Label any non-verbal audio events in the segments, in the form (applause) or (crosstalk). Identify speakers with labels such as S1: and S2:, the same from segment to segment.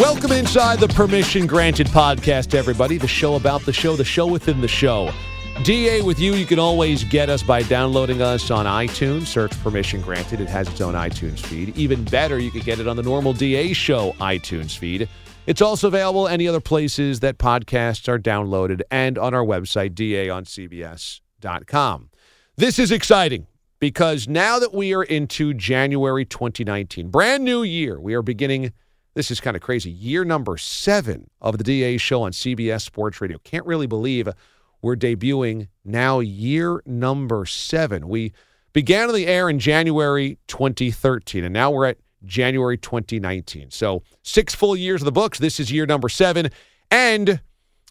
S1: Welcome inside the Permission Granted podcast, everybody. The show about the show, the show within the show. DA with you. You can always get us by downloading us on iTunes. Search Permission Granted. It has its own iTunes feed. Even better, you can get it on the normal DA show iTunes feed. It's also available any other places that podcasts are downloaded and on our website, daoncbs.com. This is exciting because now that we are into January 2019, brand new year, we are beginning this is kind of crazy. Year number seven of the DA show on CBS Sports Radio. Can't really believe we're debuting now year number seven. We began on the air in January 2013, and now we're at January 2019. So, six full years of the books. This is year number seven. And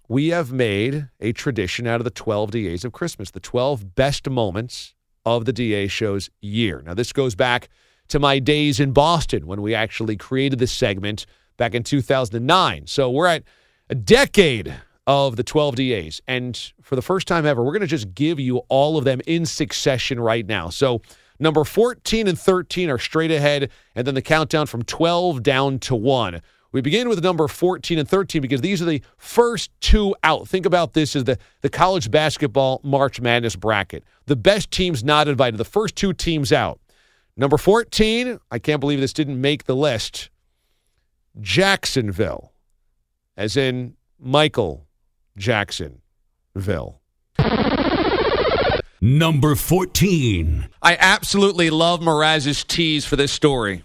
S1: we have made a tradition out of the 12 DAs of Christmas, the 12 best moments of the DA show's year. Now, this goes back to my days in Boston when we actually created this segment back in 2009. So we're at a decade of the 12 DAs. And for the first time ever, we're going to just give you all of them in succession right now. So number 14 and 13 are straight ahead, and then the countdown from 12 down to 1. We begin with number 14 and 13 because these are the first two out. Think about this as the, the college basketball March Madness bracket. The best teams not invited, the first two teams out. Number 14, I can't believe this didn't make the list. Jacksonville, as in Michael Jacksonville.
S2: Number 14.
S1: I absolutely love Mraz's tease for this story.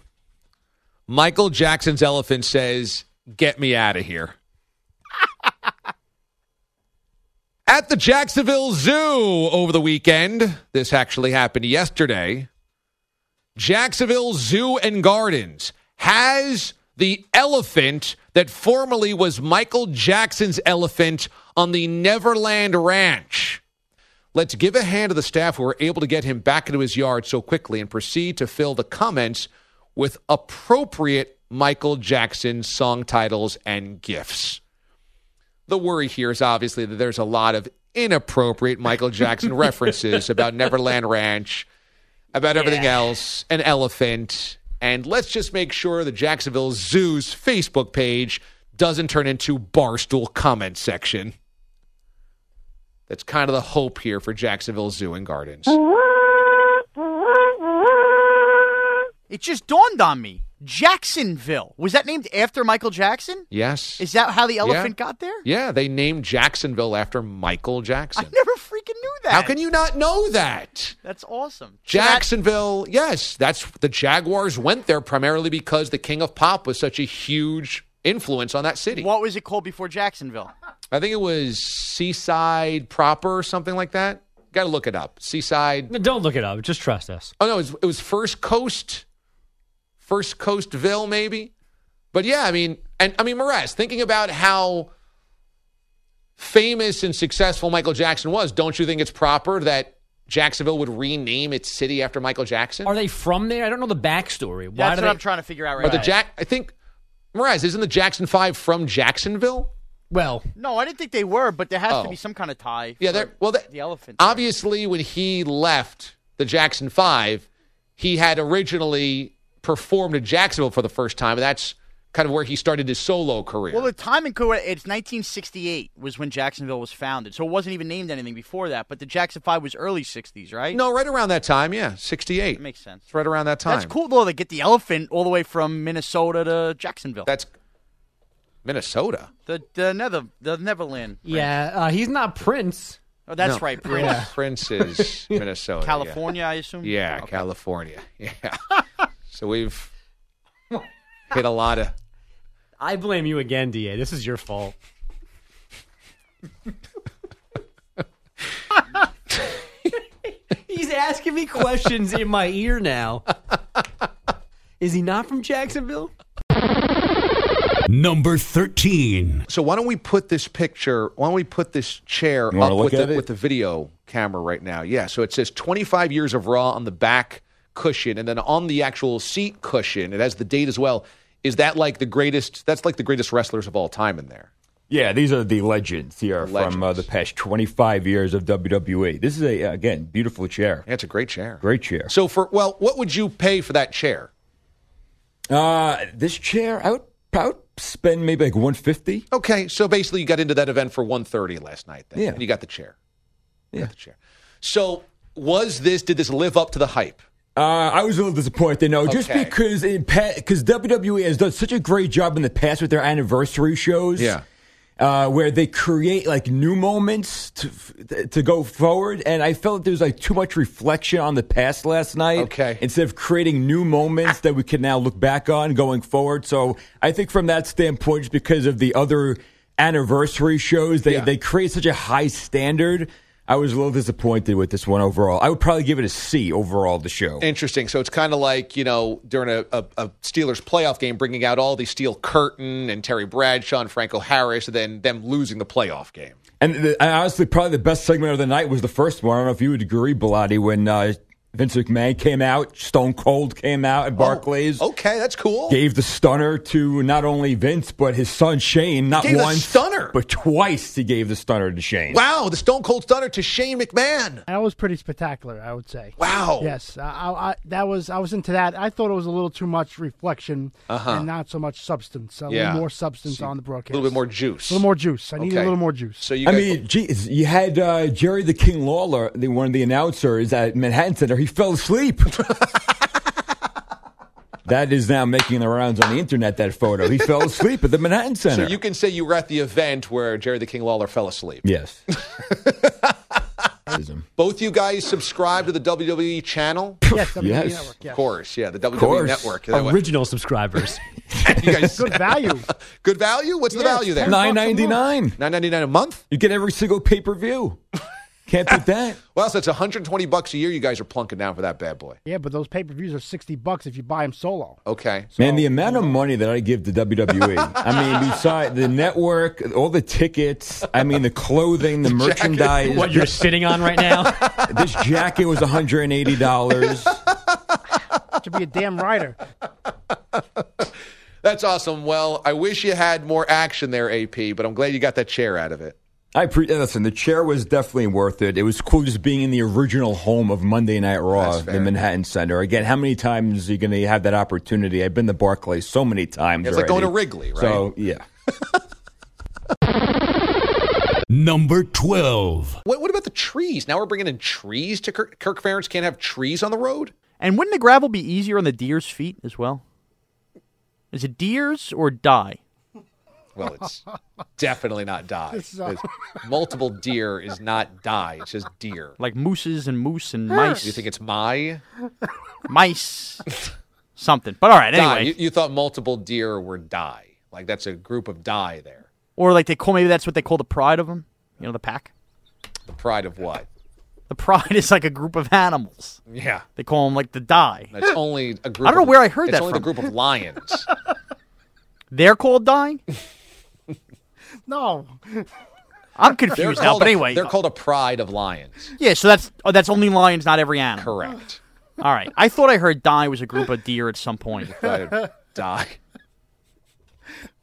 S1: Michael Jackson's elephant says, Get me out of here. (laughs) At the Jacksonville Zoo over the weekend, this actually happened yesterday. Jacksonville Zoo and Gardens has the elephant that formerly was Michael Jackson's elephant on the Neverland Ranch. Let's give a hand to the staff who were able to get him back into his yard so quickly and proceed to fill the comments with appropriate Michael Jackson song titles and gifts. The worry here is obviously that there's a lot of inappropriate Michael Jackson references about Neverland Ranch about everything else, an elephant. And let's just make sure the Jacksonville Zoo's Facebook page doesn't turn into barstool comment section. That's kind of the hope here for Jacksonville Zoo and Gardens.
S3: Uh-huh. It just dawned on me. Jacksonville. Was that named after Michael Jackson?
S1: Yes.
S3: Is that how the elephant got there?
S1: Yeah, they named Jacksonville after Michael
S3: I
S1: Jackson.
S3: never freaking knew that.
S1: How can you not know that?
S3: That's awesome. So that-
S1: Jacksonville, yes, that's the Jaguars went there primarily because the King of Pop was such a huge influence on that city.
S3: what was it called before Jacksonville?
S1: I think it was Seaside proper or something like that. Got to look it up. Seaside.
S4: Don't look it up. Just trust us.
S1: Oh no, it was, it was First Coast, First Coastville maybe. But yeah, I mean, and I mean, Mraz, thinking about how famous and successful Michael Jackson was, don't you think it's proper that Jacksonville would rename its city after Michael Jackson?
S4: Are they from there? I don't know the backstory. Why
S3: That's
S4: do
S3: what
S4: they-
S3: I'm trying to figure out right
S1: Or the
S3: now.
S1: Jack? I think Mraz isn't the Jackson Five from Jacksonville?
S4: Well,
S3: no, I didn't think they were, but there has
S1: Oh.
S3: to be some kind of tie.
S1: Yeah,
S3: for
S1: they're, well, they,
S3: the elephant.
S1: Obviously, when he left the Jackson Five, he had originally performed in Jacksonville for the first time, and that's kind of where he started his solo career.
S3: Well, the time in Kuwait, it's 1968 was when Jacksonville was founded, so it wasn't even named anything before that. But the Jackson Five was early 60s, right?
S1: no, right around that time, yeah, sixty-eight.
S3: that makes sense.
S1: It's right around that time.
S3: That's cool though. They get the elephant all the way from Minnesota to Jacksonville.
S1: That's Minnesota.
S3: The the Nether the Neverland.
S4: Yeah, uh, he's not Prince.
S3: Oh, that's
S1: No. (laughs)
S3: right, Prince.
S1: Prince
S3: (laughs)
S1: is Minnesota. yeah.
S3: California, I assume.
S1: Yeah, California.
S3: (laughs)
S1: Yeah. so we've hit a lot of.
S4: I blame you again, Da. This is your fault. he's asking me questions in my ear now. Is he not from Jacksonville?
S2: Number 13.
S1: So why don't we put this picture? Why don't we put this chair
S5: You wanna
S1: up
S5: look
S1: with
S5: at
S1: the,
S5: it?
S1: with the video camera right now? Yeah. So it says 25 years of Raw on the back cushion, and then on the actual seat cushion, it has the date as well. Is that like the greatest? That's like the greatest wrestlers of all time in there.
S5: Yeah, these are the legends here from uh,
S1: legends.
S5: the past 25 years of WWE. This is a uh, again beautiful chair,
S1: Yeah, it's a great chair.
S5: great chair.
S1: So for well, what would you pay for that chair?
S5: Uh, this chair, I would, I would spend maybe like 150.
S1: Okay, so basically you got into that event for 1:30 last night then.
S5: Yeah.
S1: And you got the chair. You
S5: Yeah.
S1: got the chair. So was this did this live up to the hype?
S5: Uh, I was a little disappointed, no, just
S1: Okay.
S5: because it because WWE E has done such a great job in the past with their anniversary shows. uh, where they create like new moments to f- to go forward. And I felt there was like too much reflection on the past last night.
S1: Okay.
S5: instead of creating new moments that we can now look back on going forward. So I think from that standpoint, just because of the other anniversary shows, they
S1: Yeah.
S5: they create such a high standard. I was a little disappointed with this one overall. I would probably give it a C overall. The show.
S1: Interesting. So it's kind of like, you know, during a, a, a Steelers playoff game, bringing out all the steel curtain and Terry Bradshaw and Franco Harris, and then them losing the playoff game.
S5: And, the, and honestly, probably the best segment of the night was the first one. I don't know if you would agree, Bilotti, when uh, Vince McMahon came out, Stone Cold came out
S1: Oh,
S5: at Barclays,
S1: Okay, that's cool.
S5: gave the stunner to not only Vince but his son Shane. Not
S1: Gave the
S5: once,
S1: stunner?
S5: but twice. He gave the stunner to Shane.
S1: Wow, the Stone Cold Stunner to Shane McMahon.
S6: That was pretty spectacular, I would say.
S1: Wow.
S6: Yes, I, I, I- that was. I was into that. I thought it was a little too much reflection and not so much substance. A
S1: Yeah.
S6: little more (laughs) substance on the broadcast.
S1: A little bit more juice.
S6: A little more juice. I needed
S1: Okay.
S6: a little more juice.
S1: So you
S5: I
S1: guys-
S5: mean, geez, you had uh, Jerry the King Lawler, the, one of the announcers at Manhattan Center. He
S1: (laughs)
S5: fell asleep. that is now making the rounds on the internet. That photo. He fell asleep at the Manhattan Center.
S1: so you can say you were at the event where Jerry the King Lawler fell asleep. (laughs)
S5: Yes.
S1: Both you guys subscribe to the WWE channel?
S6: yes, WWE
S5: Yes.
S6: E Network. Yes.
S1: Of course, yeah, the WWE
S5: course.
S1: network. That way-
S4: Original subscribers.
S1: you guys-
S6: Good
S5: (laughs)
S6: value.
S1: good value? What's the
S6: Yes,
S1: value there?
S6: ten bucks.
S5: Nine ninety nine.
S1: Nine ninety nine a month?
S5: You get every single pay per view. Can't beat that.
S1: Well, so it's 120 bucks a year you guys are plunking down for that bad boy.
S6: yeah, but those pay per views are sixty bucks if you buy them solo.
S1: Okay.
S5: Man, the amount of money that I give to WWE. I mean, besides the network, all the tickets, I mean, the
S1: (laughs)
S5: clothing, the merchandise.
S4: what you're sitting on right now?
S5: This jacket
S1: (laughs)
S5: was $180.
S6: To be a damn rider.
S1: That's awesome. Well, I wish you had more action there, AP, but I'm glad you got that chair out of it.
S5: I pre- listen, the chair was definitely worth it. It was cool just being in the original home of Monday Night Raw,
S1: That's fair.
S5: the Manhattan Center. Again, how many times are you going to have that opportunity? I've been to Barclays so many times.
S1: It's like going to
S5: already.
S1: Wrigley, right?
S5: So, yeah.
S2: Number 12.
S1: What, what about the trees? Now we're bringing in trees to Kirk, Kirk Ferentz can't have trees on the road?
S3: And wouldn't the gravel be easier on the deer's feet as well? Is it deer's or die?
S1: Well, it's definitely not die. It's- multiple deer is not die. It's just deer.
S3: Like mooses and moose and mice.
S1: You think it's my
S3: mice? (laughs) Something. But all right,
S1: die?
S3: anyway.
S1: You, you thought multiple deer were die. Like that's a group of die there.
S3: or like they call maybe that's what they call the pride of them. You know, the pack.
S1: The pride of what?
S3: The (laughs) pride is like a group of animals.
S1: Yeah.
S3: They call them like the die.
S1: It's only a group.
S3: I don't know
S1: of-
S3: where I heard
S1: it's
S3: that
S1: only the
S3: from. (laughs)
S1: group of lions.
S3: They're called die.
S6: No,
S3: I'm
S1: (laughs) They're
S3: confused now.
S1: called
S3: But
S1: a-
S3: anyway,
S1: they're called a pride of lions.
S3: yeah. So that's oh, that's only lions, not every animal. (laughs)
S1: Correct.
S3: All right. I thought I heard die was a group of deer at
S1: (laughs)
S3: some point.
S1: I'd die.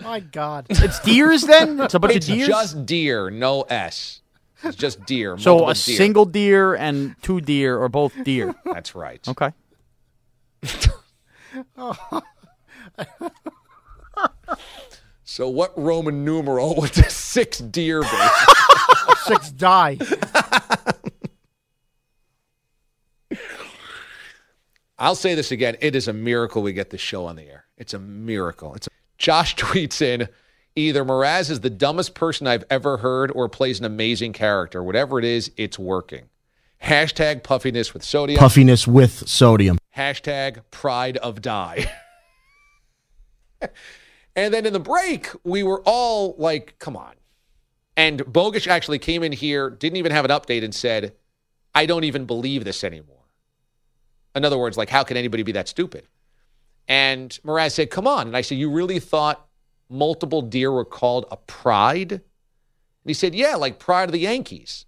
S6: my God.
S3: It's
S1: (laughs)
S3: deers then. It's a bunch
S1: It's
S3: of deers.
S1: just deer, no s. It's just deer.
S3: so
S1: multiple
S3: a
S1: deer.
S3: single deer and two deer or both
S1: (laughs)
S3: deer.
S1: That's right.
S3: Okay.
S1: So what Roman numeral would the six deer be?
S6: Six (laughs) die.
S1: I'll say this again. It is a miracle we get this show on the air. It's a miracle. It's a- Josh (laughs) tweets in. either Mraz is the dumbest person I've ever heard or plays an amazing character. Whatever it is, it's working. Hashtag puffiness with sodium.
S7: Puffiness with sodium.
S1: Hashtag pride of die. (laughs) and then in the break, we were all like, come on. And Bogish actually came in here, didn't even have an update, and said, I don't even believe this anymore. In other words, like, how can anybody be that stupid? And Mraz said, come on. And I said, you really thought multiple deer were called a pride? And he said, yeah, like pride of the Yankees.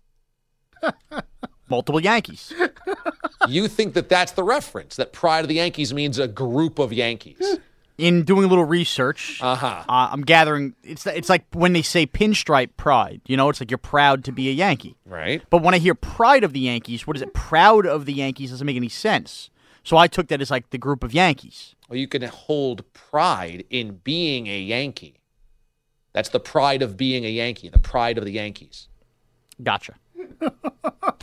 S3: Multiple Yankees.
S1: you think that that's the reference, that pride of the Yankees means a group of
S3: Hmm.
S1: Yankees.
S3: In doing a little research, uh-huh. uh, I'm gathering it's it's like when they say pinstripe pride, you know, it's like you're proud to be a Yankee.
S1: Right.
S3: But when I hear pride of the Yankees, what is it? Proud of the Yankees doesn't make any sense. So I took that as like the group of Yankees.
S1: Well, you can hold pride in being a Yankee. That's the pride of being a Yankee, the pride of the Yankees.
S3: Gotcha.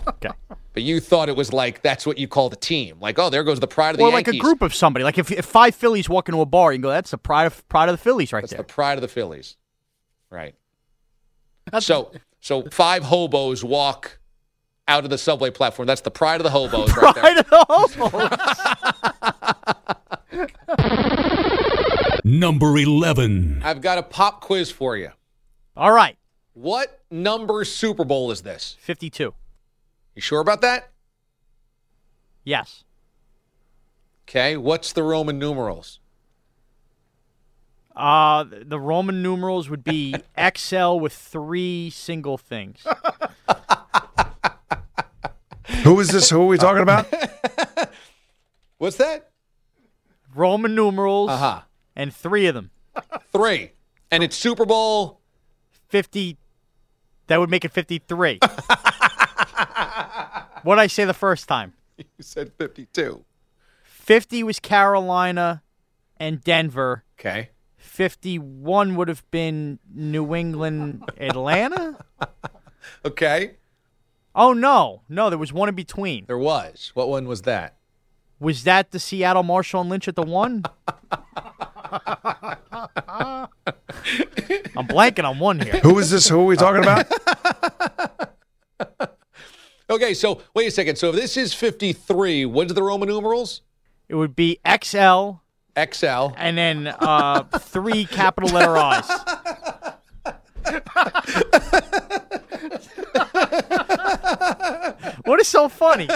S1: okay. But you thought it was like that's what you call the team. Like, oh, there goes the pride of the
S3: or
S1: Yankees.
S3: like a group of somebody. Like if, if five Phillies walk into a bar, you can go, that's the pride of pride of the Phillies right
S1: that's
S3: there.
S1: the pride of the Phillies. Right.
S3: (laughs)
S1: so so five hobos walk out of the subway platform. That's the pride of the hobos right
S3: Pride (laughs)
S1: there.
S3: of the hobos.
S2: Number 11.
S1: I've got a pop quiz for you.
S3: All right.
S1: What number Super Bowl is this?
S3: 52.
S1: You sure about that?
S3: Yes.
S1: Okay. What's the Roman numerals?
S3: Uh the Roman numerals would be XL with three single things.
S8: Who is this? Who are we talking about?
S1: What's that?
S3: Roman numerals
S1: Uh-huh.
S3: and three of them.
S1: Three. And it's Super Bowl
S3: 50 that would make it 53 what did i say the first time
S1: you said 52
S3: 50 was carolina and denver
S1: okay
S3: 51 would have been new england atlanta
S1: okay
S3: oh no no there was one in between
S1: there was what one was that
S3: was that the seattle marshall and lynch at the one i'm blanking on one here
S8: Who is this? Who are we talking about?
S1: Okay, so wait a second. So if this is 53, what's the Roman numerals?
S3: It would be XL
S1: XL.
S3: and then uh, three capital letter I's. what is so funny?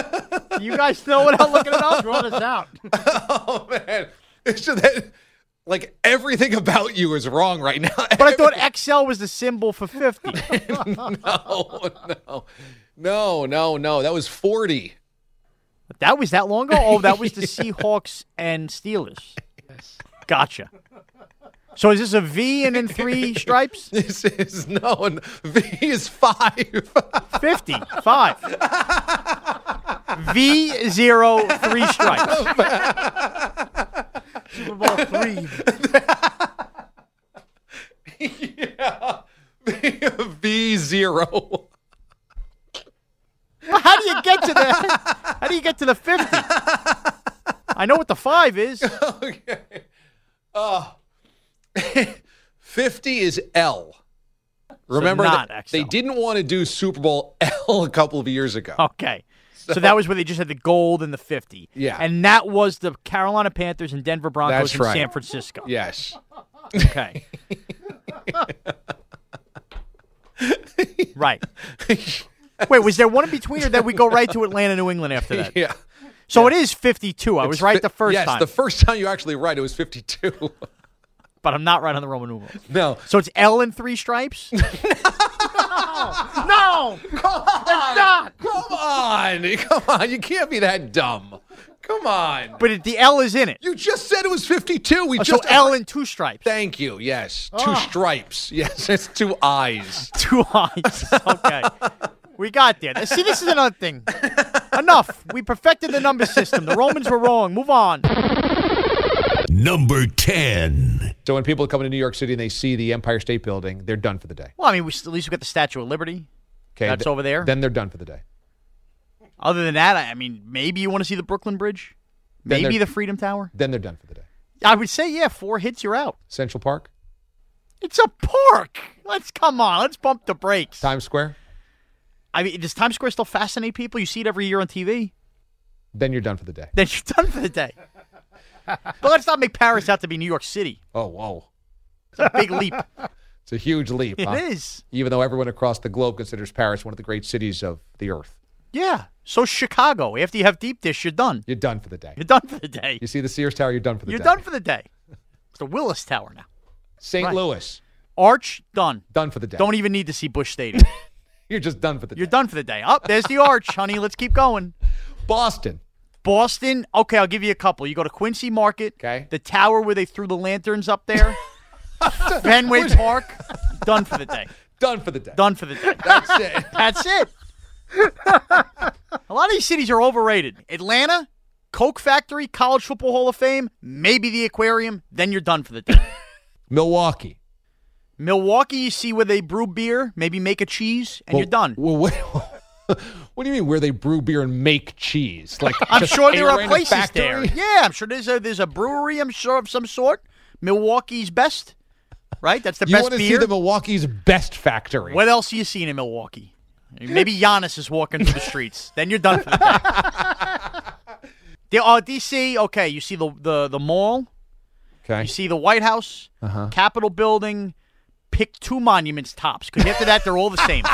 S3: You guys know without looking it up.
S6: Draw this out.
S1: (laughs) oh man. It's just that like everything about you is wrong right now. (laughs)
S3: But I thought XL was the symbol for 50.
S1: no, Oh, no. No, no, no. That was 40.
S3: That was that long ago? Oh, that was the Seahawks and Steelers. Gotcha. So is this a V and then (laughs) three stripes?
S1: (laughs) This is no and V is five. (laughs)
S3: 50. Five. V zero three stripes. Super Bowl three.
S1: yeah. (laughs) V zero. (laughs)
S3: How do you get to the How do you get to the 50? I know what the 5 is.
S1: Okay. Uh, (laughs) 50 is L. Remember
S3: not
S1: that
S3: XL.
S1: they didn't want to do Super Bowl (laughs) L a couple of years ago.
S3: Okay. So, that was where they just had the gold and the 50.
S1: Yeah.
S3: And that was the Carolina Panthers and Denver Broncos
S1: That's
S3: in
S1: right.
S3: San Francisco.
S1: Yes.
S3: (laughs) Okay. right. (laughs) Wait, was there one in between or did we go right to Atlanta, New England after that?
S1: (laughs) Yeah.
S3: So it is 52. I was
S1: It's
S3: right
S1: fi-
S3: the first
S1: yes,
S3: time.
S1: the first time you actually right, it was 52.
S3: but I'm not right on the Roman numerals.
S1: (laughs) no.
S3: So it's L and
S1: (laughs)
S3: three stripes?
S6: No,
S1: Come on.
S6: not.
S1: Come on. (laughs) Come on. You can't be that dumb. Come on.
S3: but it, the L is in it.
S1: You just said it was 52. We
S3: Oh, so Ah.
S1: just
S3: L and two stripes.
S1: Thank you. Yes. Two stripes. (laughs) Yes. It's two eyes.
S3: Two eyes. Okay. we got there. See, this is another thing. Enough. We perfected the number system. The Romans were wrong. Move on.
S2: Number 10.
S1: So when people come into New York City and they see the Empire State Building, they're done for the day.
S3: Well, I mean, we, at least we got the Statue of Liberty.
S1: Okay.
S3: That's
S1: th-
S3: over there.
S1: Then they're done for the day.
S3: Other than that, I, I mean, maybe you want to see the Brooklyn Bridge,
S1: Then
S3: maybe
S1: they're-
S3: the Freedom Tower.
S1: Then they're done for the day.
S3: I would say, yeah, four hits, you're out.
S1: Central Park.
S3: You It's a park. Let's come on. Let's bump the brakes.
S1: Times Square.
S3: I mean, does Times Square still fascinate people? You see it every year on TV.
S1: Then you're done for the day.
S3: (laughs) Then you're done for
S1: (laughs)
S3: the day. but let's not make Paris out to be New York City.
S1: Oh, whoa.
S3: It's a big
S1: (laughs)
S3: leap.
S1: It's a huge leap.
S3: It
S1: huh?
S3: is.
S1: Even though everyone across the globe considers Paris one of the great cities of the earth.
S3: Yeah. So Chicago, after you have deep dish, you're done.
S1: You're done for the day.
S3: You're done for the day.
S1: You see the Sears Tower, you're done for the
S3: You're
S1: day.
S3: done for the day. It's the Willis Tower now.
S1: St.
S3: Right.
S1: Louis,
S3: Arch done.
S1: done for the day.
S3: Don't even need to see Bush Stadium.
S1: You're just done for the day.
S3: You're done for the day. Up there's the arch, honey. Let's keep going.
S1: Boston.
S3: Boston. Okay, I'll give you a couple. You go to Quincy Market.
S1: Okay.
S3: The tower where they threw the lanterns
S1: (laughs)
S3: up there. Fenway Park. Done for the day.
S1: Done for the day.
S3: Done for the day.
S1: That's
S3: (laughs)
S1: it.
S3: That's it. a lot of these cities are overrated. Atlanta, Coke Factory, College Football Hall of Fame, maybe the aquarium. Then you're done for the day.
S1: Milwaukee.
S3: Milwaukee, you see where they brew beer, maybe make a cheese, and
S1: Well,
S3: you're done.
S1: Well, what, (laughs) what do you mean where they brew beer and make cheese? Like
S3: I'm
S1: just
S3: sure there
S1: air
S3: are
S1: in a
S3: places
S1: factory?
S3: there. Yeah, I'm sure there's a there's a brewery. I'm sure of some sort. Milwaukee's best, right? That's (laughs) the
S1: You
S3: best
S1: want to
S3: beer.
S1: see the Milwaukee's best factory.
S3: What else are you seeing in Milwaukee? Maybe Giannis is walking through
S1: (laughs)
S3: the streets. Then you're done for the day. the, uh, DC, okay, you see the, the, the mall,
S1: Okay.
S3: you see the White House,
S1: Uh-huh.
S3: Capitol Building. Pick two monuments tops, because after that, they're all the
S1: (laughs)
S3: same.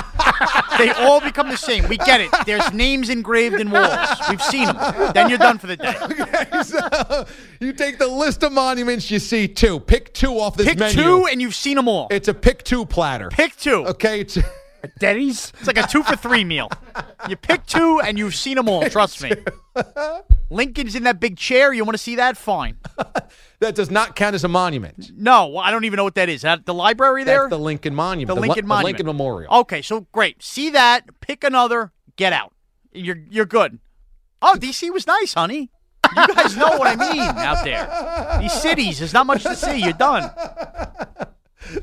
S3: they all become the same. We get it. There's names engraved in walls. We've seen them. Then you're done for the day.
S1: (laughs) Okay, so you take the list of monuments you see two. Pick two off this
S3: Pick
S1: menu.
S3: two, and you've seen them all.
S1: It's a pick two platter.
S3: Pick two.
S1: Okay. It's, (laughs)
S6: Denny's.
S3: It's like a two for three meal. You pick two and you've seen them all. Trust me. Lincoln's in that big chair. You want to see that? Fine.
S1: that does not count as a monument.
S3: No, well, I don't even know what that is. At the library there?
S1: That's the Lincoln Monument.
S3: The
S1: Lin-
S3: Lincoln Monument.
S1: Lincoln Memorial.
S3: okay, so great. See that? Pick another. Get out. You're you're good. Oh, DC was nice, honey. You guys know what I mean out there. These cities, there's not much to see. You're done.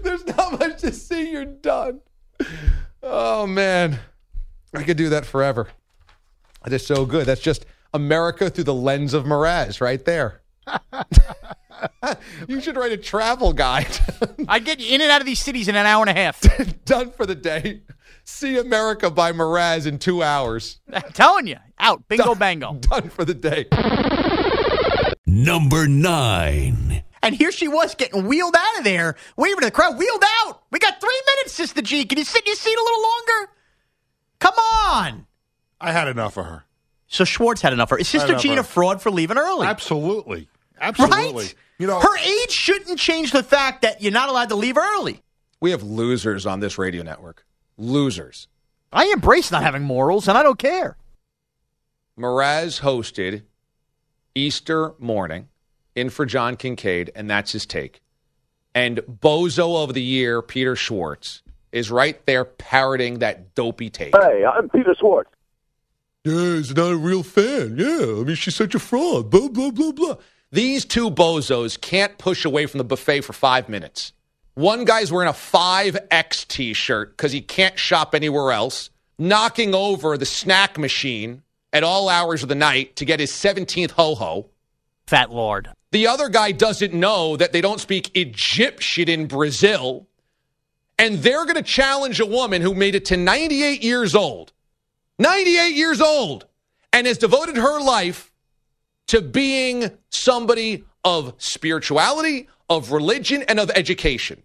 S1: There's not much to see. You're done. Oh man, I could do that forever. That is so good. That's just America through the lens of Mraz, right there. (laughs) you should write a travel guide. (laughs)
S3: I get you in and out of these cities in an hour and a half.
S1: done for the day. See America by Mraz in two hours.
S3: I'm telling you. Out. Bingo bango.
S1: Done for the day.
S2: Number 9.
S3: And here she was getting wheeled out of there, waving to the crowd, wheeled out. We got three minutes, Sister G. Can you sit in your seat a little longer? Come on.
S7: I had enough of her.
S3: So Schwartz had enough. Is Sister
S7: enough
S3: Jean a
S7: of her.
S3: fraud for leaving early?
S7: Absolutely. Absolutely.
S3: Right?
S7: You know,
S3: her age shouldn't change the fact that you're not allowed to leave early.
S1: We have losers on this radio network. Losers.
S3: I embrace not having morals, and I don't care.
S1: Mraz hosted Easter morning in for John Kincaid, and that's his take. And Bozo of the Year, Peter Schwartz, is right there parroting that dopey take.
S9: Hey, I'm Peter Schwartz.
S1: Yeah, he's not a real fan. Yeah, I mean, she's such a fraud. Blah, blah, blah, blah. These two bozos can't push away from the buffet for five minutes. One guy's wearing a 5X t shirt because he can't shop anywhere else, knocking over the snack machine at all hours of the night to get his 17th ho ho.
S3: Fat Lord.
S1: The other guy doesn't know that they don't speak Egyptian in Brazil. And they're going to challenge a woman who made it to 98 years old, 98 years old, and has devoted her life to being somebody of spirituality, of religion, and of education.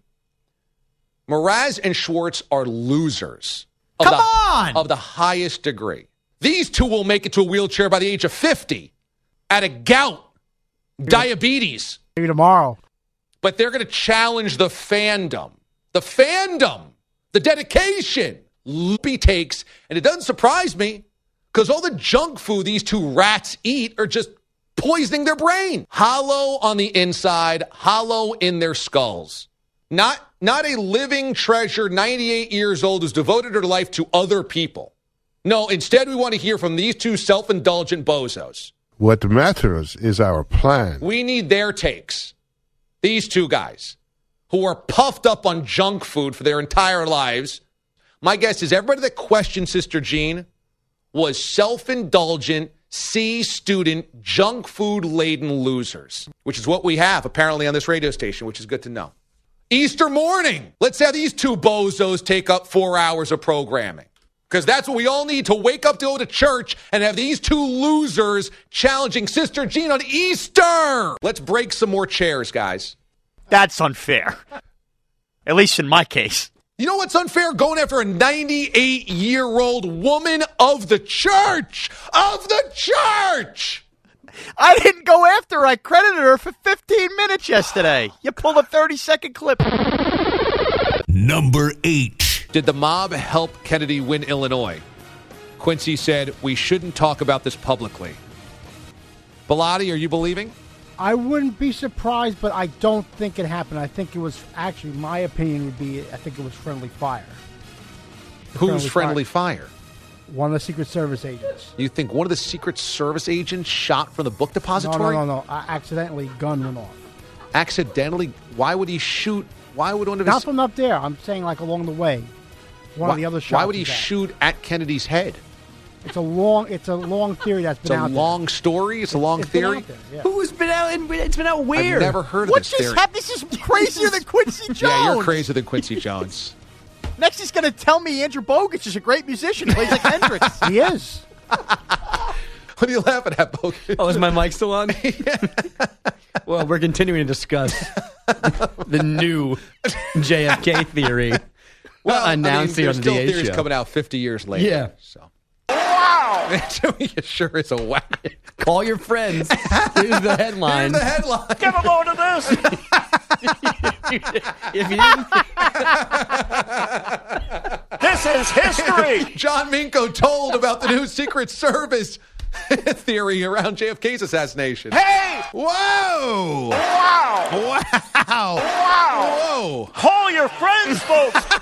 S1: Mraz and Schwartz are losers. Of
S3: Come
S1: the,
S3: on!
S1: Of the highest degree. These two will make it to a wheelchair by the age of 50 at a gout, diabetes.
S6: Maybe tomorrow.
S1: But they're going to challenge the fandom. The fandom, the dedication Loopy takes. And it doesn't surprise me because all the junk food these two rats eat are just poisoning their brain. Hollow on the inside, hollow in their skulls. Not, not a living treasure, 98 years old, who's devoted her life to other people. No, instead, we want to hear from these two self indulgent bozos.
S10: What matters is our plan.
S1: We need their takes. These two guys who are puffed up on junk food for their entire lives. My guess is everybody that questioned Sister Jean was self indulgent, C student, junk food laden losers, which is what we have apparently on this radio station, which is good to know. Easter morning. Let's have these two bozos take up four hours of programming. Because that's what we all need to wake up to go to church and have these two losers challenging Sister Jean on Easter. Let's break some more chairs, guys.
S3: That's unfair. At least in my case.
S1: You know what's unfair? Going after a 98 year old woman of the church! Of the church!
S3: I didn't go after her. I credited her for 15 minutes yesterday. You pulled a 30 second clip.
S1: Number eight. Did the mob help Kennedy win Illinois? Quincy said, We shouldn't talk about this publicly. Bilotti, are you believing?
S6: I wouldn't be surprised, but I don't think it happened. I think it was actually my opinion would be I think it was friendly fire.
S1: Who's friendly fire?
S6: One of the Secret Service agents.
S1: You think one of the Secret Service agents shot from the book
S6: No, no,
S1: depository?
S6: no, no. I accidentally gun went off.
S1: Accidentally? Why would he shoot? Why would one of his.
S6: Not from up there. I'm saying like along the way. One
S1: why,
S6: of the other shots.
S1: Why would he
S6: is at.
S1: shoot at Kennedy's head?
S6: It's a long. It's a long theory that's
S1: It's
S6: been
S1: a
S6: out.
S1: long story. It's a long
S6: it's been
S1: theory.
S6: out there, yeah.
S11: Who's been out? And it's been out where?
S1: I've never heard of
S3: What
S1: this
S3: just
S1: theory.
S3: happened? This is crazier than Quincy
S1: (laughs)
S3: Jones.
S1: Yeah, you're crazier than
S11: (laughs)
S1: Quincy Jones.
S3: Next, he's going to tell me Andrew Bogut is a great musician, plays like
S1: (laughs)
S3: Hendrix.
S6: there. He is.
S1: what are you laughing at, Bogut?
S11: (laughs) Oh, is my mic still on? well, we're continuing to discuss the new JFK theory.
S1: Well, I mean,
S11: announced here
S1: there's
S11: on the
S1: still
S11: DA
S1: theories
S11: show.
S1: coming out 50 years later.
S11: Yeah.
S1: So. Wow. (laughs) it sure is a whack.
S11: Call your friends. Here's the headline.
S1: Here's the headline.
S3: Give him over to this.
S11: (laughs) if you didn't,
S3: this is history.
S1: John Minko told about the new Secret Service (laughs) theory around JFK's assassination.
S3: Hey!
S1: Whoa!
S3: Wow!
S1: Wow! Wow! Whoa!
S3: Call your friends,
S1: (laughs)
S3: folks.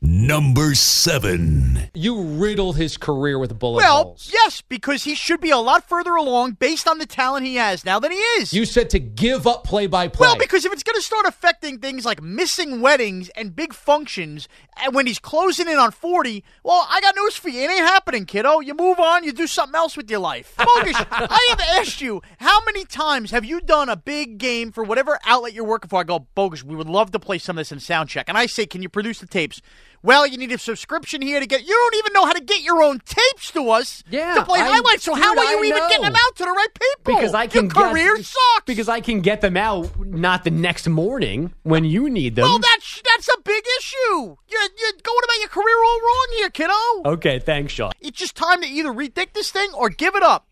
S12: Number seven.
S1: You riddled his career with bullet
S3: well,
S1: holes.
S3: yes, because he should be a lot further along based on the talent he has now than he is.
S1: You said to give up play by play.
S3: Well, because if it's going to start affecting things like missing weddings and big functions, and when he's closing in on 40, well, I got news for you. It ain't happening, kiddo. You move on, you do something else with your
S11: (laughs)
S3: life. Bogus. I have asked you, how many times have you done a big game for whatever outlet you're working for? I go, Bogus, we would love to play some of this in soundcheck. And I say, can you produce the tapes? Well, you need a subscription here to get. You don't even know how to get your own tapes to us
S11: Yeah,
S3: to play
S11: I-
S3: highlights. So how
S11: dude,
S3: are you
S11: I
S3: even
S11: know.
S3: getting them out to the right people?
S11: because I can
S3: your career
S11: guess-
S3: sucks.
S11: Because I can get them out not the next morning when you need them.
S3: Well, that's that's a big issue. You're you're going about your career all wrong here, kiddo.
S11: okay, thanks, Sean.
S3: It's just time to either rethink this thing or give it up.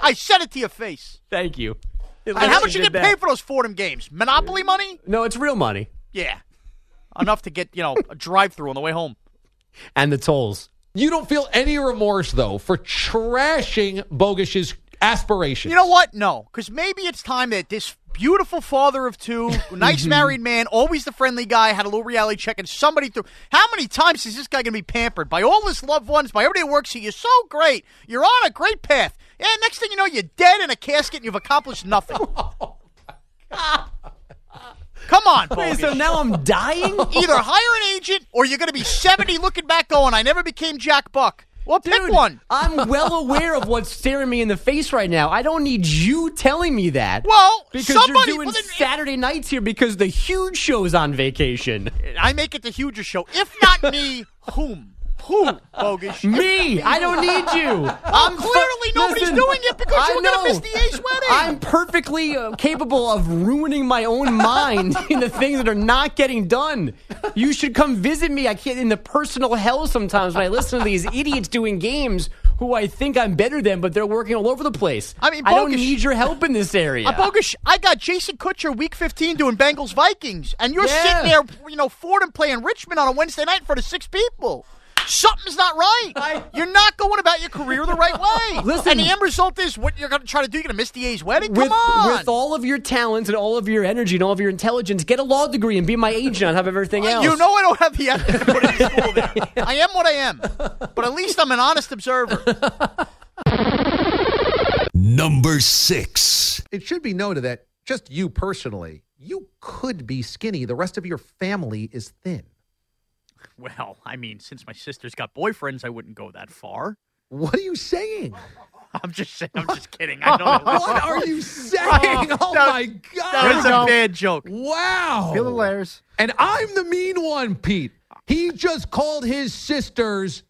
S3: I said it to your face.
S11: Thank you. At
S3: And
S11: least
S3: how much you
S11: did
S3: get
S11: that.
S3: paid for those Fordham games? Monopoly money?
S11: No, it's real money
S3: Yeah, enough to get you know a drive-through on the way home.
S11: and the tolls.
S1: you don't feel any remorse though for trashing Bogish's aspirations.
S3: You know what? No, because maybe it's time that this beautiful father of two,
S11: (laughs)
S3: nice married man, always the friendly guy, had a little reality check, and somebody through. How many times is this guy going to be pampered by all his loved ones, by everybody who works here? You're so great. You're on a great path. Yeah, next thing you know, you're dead in a casket and you've accomplished
S11: (laughs)
S3: nothing. (laughs) Come on,
S11: Wait,
S3: Bogus.
S11: so now I'm (laughs) dying?
S3: Either hire an agent or you're going to be 70 looking back going, I never became Jack Buck. Well, pick one.
S11: (laughs) I'm well aware of what's staring me in the face right now. I don't need you telling me that.
S3: Well,
S11: because
S3: somebody-
S11: you're doing
S3: well, then-
S11: Saturday nights here because the huge show's on vacation.
S3: I make it the huger show. If not me, whom? Who,
S11: (laughs)
S3: Bogus?
S11: Me, I don't need
S3: (laughs)
S11: you. I'm fu-
S3: clearly nobody's
S11: Listen,
S3: doing it because you
S11: I
S3: were gonna
S11: know.
S3: miss the ace wedding.
S11: I'm perfectly uh, capable of ruining my own mind (laughs) in the things that are not getting done. You should come visit me. I get in the personal hell sometimes when I listen to these (laughs) idiots doing games who I think I'm better than, but they're working all over the place.
S3: I mean,
S11: I don't
S3: bogus.
S11: need your help in
S3: (laughs)
S11: this area.
S3: Uh, Bogus, I got Jason Kutcher week 15 doing Bengals Vikings, and you're
S11: Yeah.
S3: sitting there, you know, Fordham playing Richmond on a Wednesday night in front of six people. Something's not right.
S11: I-
S3: you're not going about your career the right way.
S11: (laughs) Listen.
S3: and the end result is what you're going to try to do. You're going to miss the A's wedding.
S11: with,
S3: Come on,
S11: with all of your talents and all of your energy and all of your intelligence, get a law degree and be my agent on top of everything else.
S3: you know I don't have the ethics to go
S11: (laughs)
S3: to school there. I am what I am, but at least I'm an honest
S11: (laughs)
S3: observer.
S12: Number six.
S1: it should be noted that just you personally, you could be skinny. The rest of your family is thin.
S3: Well, I mean, since my sister's got boyfriends, I wouldn't go that far.
S1: What are you saying?
S3: I'm just saying. I'm just kidding. I don't. (laughs) know.
S1: What are you saying? Oh
S3: That-
S1: my god!
S3: That was a bad joke.
S1: Wow.
S6: Peel the layers.
S1: And I'm the mean one, Pete. He just called his sisters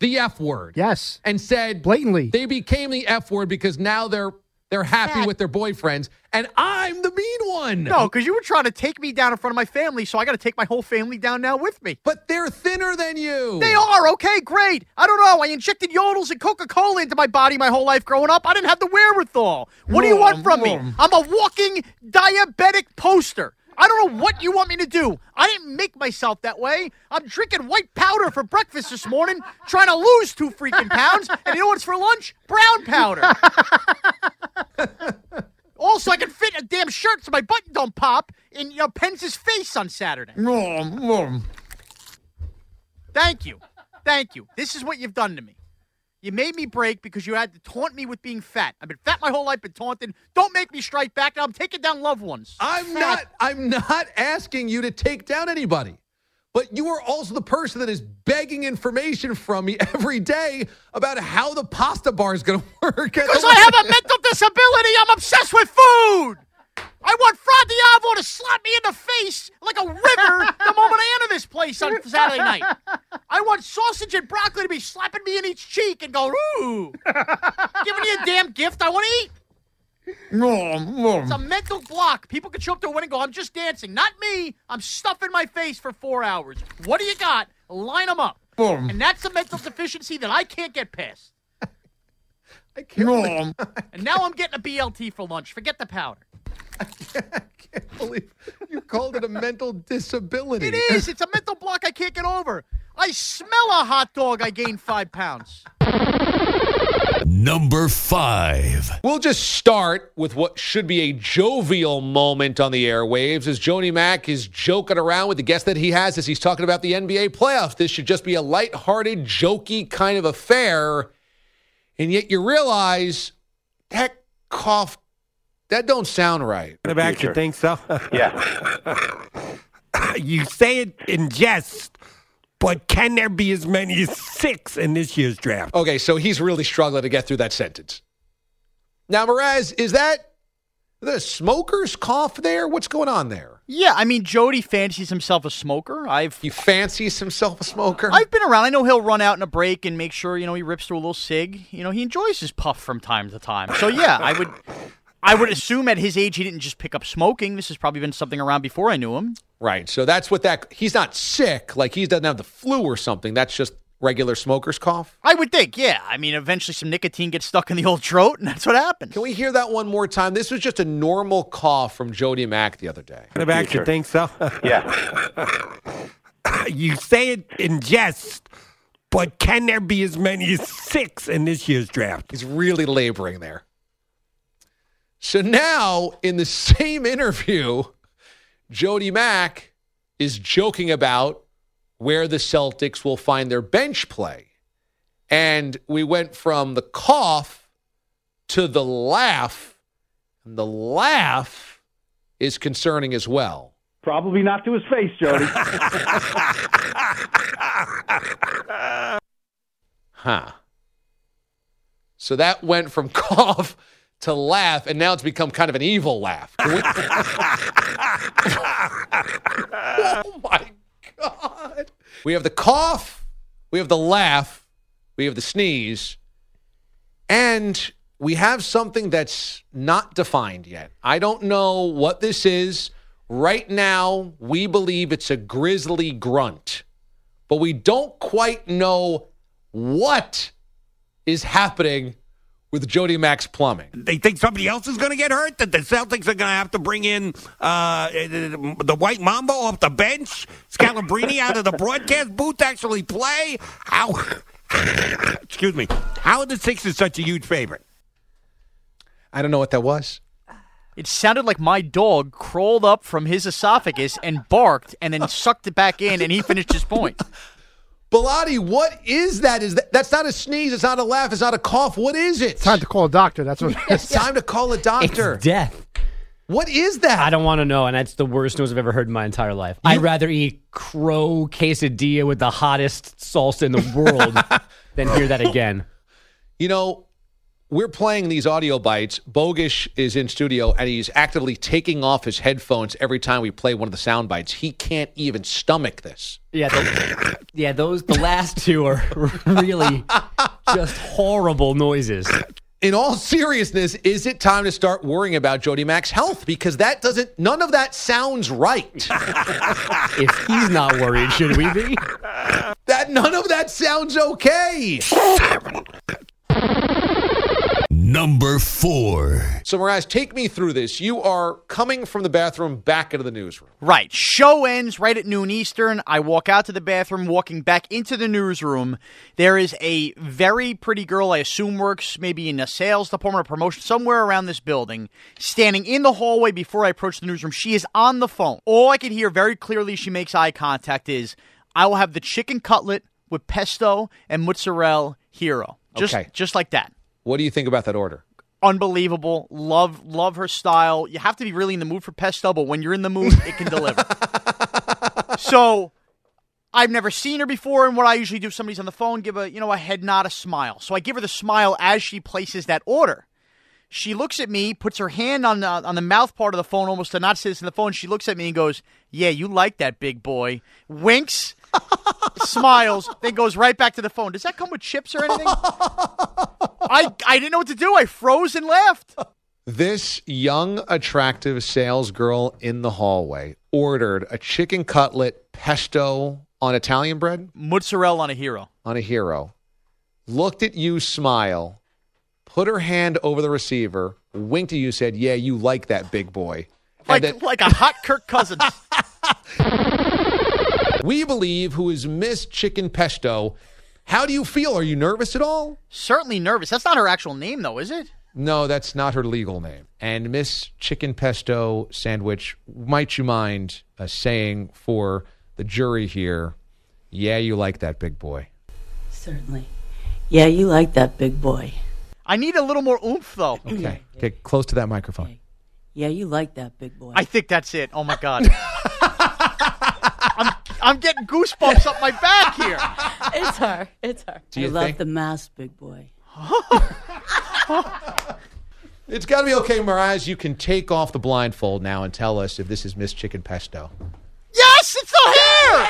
S1: the F word.
S6: Yes.
S1: And said
S6: blatantly
S1: they became the F word because now they're they're happy with their boyfriends. And I'm the mean one.
S3: No, because you were trying to take me down in front of my family, so I got to take my whole family down now with me.
S1: But they're thinner than you.
S3: They are okay, great. I don't know. I injected yodels and Coca Cola into my body my whole life growing up. I didn't have the wherewithal. What do you want from me? I'm a walking diabetic poster. I don't know what you want me to do. I didn't make myself that way. I'm drinking white powder for breakfast this morning, trying to lose two freaking pounds. And you know what's for lunch? Brown powder. also, I can fit a damn shirt so my button don't pop in you know, Penz's face on Saturday. Thank you. Thank you. This is what you've done to me. You made me break because you had to taunt me with being fat. I've been fat my whole life, been taunted. Don't make me strike back. Now I'm taking down loved ones.
S1: I'm not I'm not asking you to take down anybody. But you are also the person that is begging information from me every day about how the pasta bar is going to (laughs) work. at the
S3: Because I have a mental disability. I'm obsessed with food. I want Fra Diavo to slap me in the face like a river the moment I enter this place on Saturday night. I want sausage and broccoli to be slapping me in each cheek and go, ooh, giving me a damn gift I want to eat. It's a mental block. People can show up to a wedding and go, I'm just dancing. Not me. I'm stuffing my face for four hours. What do you got? Line them up.
S1: Boom.
S3: And that's a mental deficiency that I can't get past.
S1: (laughs) I can't believe-
S3: And now I'm getting a BLT for lunch. Forget the powder.
S1: believe you called it a mental disability.
S3: It is. It's a mental block I can't get over. I smell a hot dog. I gained five pounds.
S2: Number five.
S1: We'll just start with what should be a jovial moment on the airwaves as Joni Mack is joking around with the guest that he has as he's talking about the NBA playoffs. This should just be a lighthearted, jokey kind of affair. And yet you realize that cough, that don't sound right.
S9: Kind of action, think so? (laughs) Yeah. you say it in jest, but can there be as many as six in this year's draft?
S1: Okay, so he's really struggling to get through that sentence. Now, Perez, is that the smoker's cough there? What's going on there?
S3: Yeah, I mean, Jody fancies himself a smoker. I've
S1: he fancies himself a smoker.
S3: I've been around. I know he'll run out in a break and make sure you know he rips through a little cig. You know, he enjoys his puff from time to time. So yeah, I would, I would assume at his age he didn't just pick up smoking. This has probably been something around before I knew him.
S1: Right. So that's what that he's not sick, like he doesn't have the flu or something. That's just regular smoker's cough.
S3: I would think, yeah. I mean, eventually some nicotine gets stuck in the old throat, and that's what happened.
S1: Can we hear that one more time? This was just a normal cough from Jody Mack the other day.
S9: Kind of action, think so? Yeah. you say it in jest, but can there be as many as six in this year's draft?
S1: He's really laboring there. So now in the same interview, Jody Mack is joking about where the Celtics will find their bench play. And we went from the cough to the laugh. And the laugh is concerning as well.
S13: Probably not to his face, Jody.
S1: Huh. So that went from (laughs) cough to laugh, and now it's become kind of an evil laugh. Can we- (laughs) oh my God. We have the cough, we have the laugh, we have the sneeze, and we have something that's not defined yet. I don't know what this is. Right now, we believe it's a grizzly grunt, but we don't quite know what is happening with Jody Max plumbing.
S9: They think somebody else is going to get hurt. That the Celtics are going to have to bring in uh, the White Mambo off the bench, Scalabrini out of the broadcast booth to actually play. How? excuse me. How are the Sixers such a huge favorite?
S1: I don't know what that was.
S3: It sounded like my dog crawled up from his esophagus and barked, and then sucked it back in, and he finished his point.
S1: Bilotti, what is that? Is that that's not a sneeze? It's not a laugh. It's not a cough. What is it?
S6: Time (laughs) to call a doctor. That's what.
S1: (laughs) It's time to call a doctor.
S4: It's death.
S1: What is that?
S4: I don't want to know, and that's the worst news I've ever heard in my entire life. I'd rather eat crow quesadilla with the (laughs) hottest salsa in the world than hear that again.
S1: You know, we're playing these audio bites. Bogish is in studio and he's actively taking off his headphones every time we play one of the sound bites. He can't even stomach this.
S4: Yeah, the, yeah, those the last two are really just horrible noises.
S1: In all (laughs) seriousness, is it time to start worrying about Jody Mack's health? Because that doesn't, none of that sounds right. (laughs)
S4: if he's not worried, should we be?
S1: That none of that sounds okay.
S2: Number four.
S1: So, Mraz, take me through this. You are coming from the bathroom back into the newsroom.
S3: Right. Show ends right at noon Eastern. I walk out to the bathroom, walking back into the newsroom. There is a very pretty girl, I assume works maybe in a sales department or promotion, somewhere around this building, standing in the hallway before I approach the newsroom. She is on the phone. All I can hear very clearly, she makes eye contact, is I will have the chicken cutlet with pesto and mozzarella hero. Just,
S1: Okay.
S3: just like that
S1: What do you think about that order?
S3: unbelievable. Love love her style. You have to be really in the mood for pesto, but when you're in the mood, it can deliver. so I've never seen her before, and what I usually do, somebody's on the phone, give a you know a head nod, a smile. So I give her the smile as she places that order. She looks at me, puts her hand on the on the mouth part of the phone, almost to not sit in the phone. She looks at me and goes, "Yeah, you like that big boy." Winks, smiles, then goes right back to the phone. Does that come with chips or anything? I I didn't know what to do. I froze and laughed.
S1: This young, attractive sales girl in the hallway ordered a chicken cutlet pesto on Italian bread
S3: Mozzarella on a hero.
S1: on a hero, looked at you, smile, put her hand over the receiver, winked at you, said, Yeah, you like that big boy.
S3: Like, like a hot Kirk Cousins.
S1: We believe who is Miss Chicken Pesto. How do you feel? Are you nervous at all?
S3: Certainly nervous. That's not her actual name, though, is it?
S1: No, that's not her legal name. And Miss Chicken Pesto Sandwich, might you mind uh, saying for the jury here, yeah, you like that big boy.
S14: Certainly. Yeah, you like that big boy.
S3: I need a little more oomph, though.
S1: Okay. Get close to that microphone.
S14: Yeah, you like that big boy.
S3: (laughs) I think that's it. Oh my god. I'm I'm getting goosebumps up my back here.
S14: It's her. It's her.
S1: Do
S14: I
S1: you
S14: love
S1: think-
S14: the mask, big boy.
S1: It's got to be okay, Miraz. You can take off the blindfold now and tell us if this is Miss Chicken Pesto.
S3: Yes, it's the hair.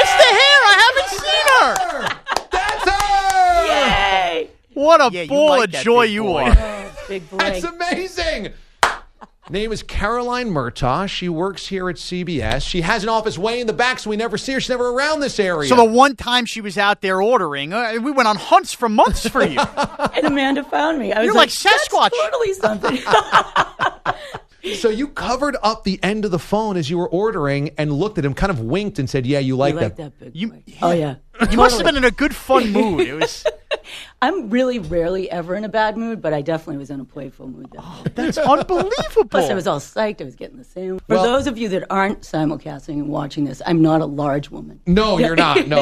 S3: It's the hair. I haven't seen her.
S14: Yay!
S3: What a
S14: Yeah, you
S3: ball
S14: like
S3: of
S14: that
S3: joy
S14: big
S3: you
S14: boy.
S3: (laughs) are.
S14: Big boy.
S1: That's amazing. Name is Caroline Murtaugh. She works here at CBS. She has an office way in the back, so we never see her. She's never around this area.
S3: So the one time she was out there ordering, uh, we went on hunts for months for (laughs) you.
S14: And Amanda found me. I was
S3: You're like Sasquatch.
S14: That's totally something. (laughs)
S1: So you covered up the end of the phone as you were ordering and looked at him, kind of winked and said, "Yeah, you like,
S14: you like that big boy. Oh yeah.
S3: You must have been in a good fun mood. It was
S14: I'm really rarely ever in a bad mood, but I definitely was in a playful mood. That
S1: Oh.
S14: day.
S3: that's unbelievable.
S14: Plus, I was all psyched. I was getting the same. For those of you that aren't simulcasting and watching this, I'm not a large woman.
S1: No, you're
S14: (laughs)
S1: not. No,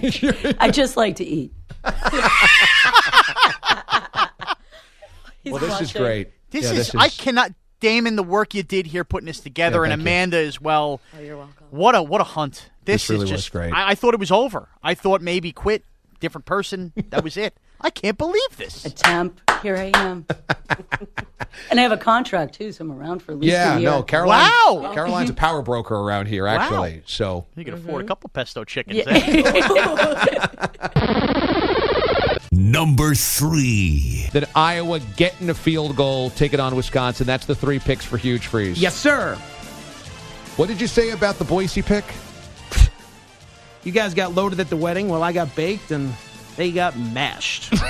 S1: you're-
S14: I
S1: (laughs)
S14: just like to eat. He's
S1: Well, this is
S14: watching.
S1: great. Yeah,
S3: This, is, I cannot Damon the work you did here putting this together
S1: Yeah,
S3: and
S1: thank you.
S3: Amanda as well.
S14: Oh, you're welcome.
S3: What a what a hunt. This,
S1: This really
S3: is
S1: was
S3: just
S1: great.
S3: I, I thought it was over. I thought maybe quit, different person. That was it. (laughs) I can't believe this.
S14: A
S3: (laughs)
S14: temp. Here I
S1: (laughs)
S14: am. and I have a contract too, so I'm around for at least
S1: yeah,
S14: a year.
S1: no, Caroline.
S3: Wow.
S1: Caroline's a power broker around here, actually. So
S3: You can afford a couple pesto chickens.
S14: Yeah.
S3: (laughs) eh?
S14: (laughs)
S2: Number three.
S1: that Iowa getting a field goal, take it on Wisconsin. That's the three picks for huge freeze.
S4: Yes, sir.
S1: What did you say about the Boise pick?
S15: You guys got loaded at the wedding while I got baked and they got mashed.
S1: (laughs)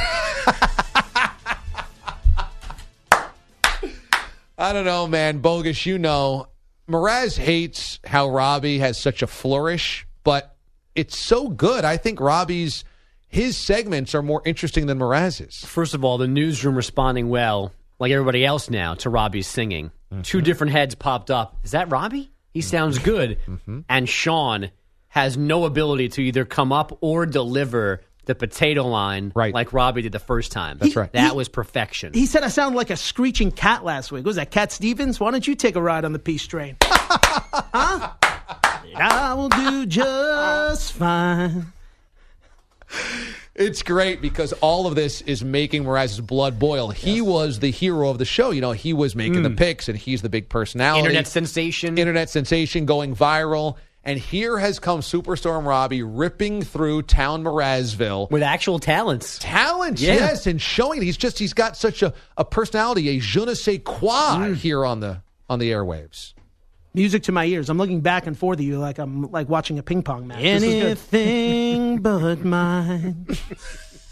S1: I don't know, man. Bogus, you know. Mraz hates how Robbie has such a flourish, but it's so good. I think Robbie's his segments are more interesting than Mraz's.
S4: First of all, the newsroom responding well, like everybody else now, to Robbie's singing. Two different heads popped up. Is that Robbie? He sounds good. And Sean has no ability to either come up or deliver the potato line right. like Robbie did the first time. That's
S1: right.
S4: That was perfection.
S15: he said I sound like a screeching cat last week. Was that Cat Stevens? Why don't you take a ride on the peace
S3: (laughs)
S15: train? huh? I will do just fine.
S1: It's great because all of this is making Mraz's blood boil. He was the hero of the show. You know, he was making the
S16: Mm.
S1: picks, and he's the big personality.
S16: Internet sensation.
S1: Internet sensation going viral. And here has come Superstorm Robbie ripping through town Mrazville
S16: with actual talents.
S1: Talents,
S16: Yeah.
S1: yes, and showing it. He's just he's got such a, a personality, a je ne sais quoi
S16: Mm.
S1: here on the on the airwaves.
S11: Music to my ears. I'm looking back and forth at you like I'm like watching a ping pong match. This is good.
S3: (laughs)
S16: Anything but mine.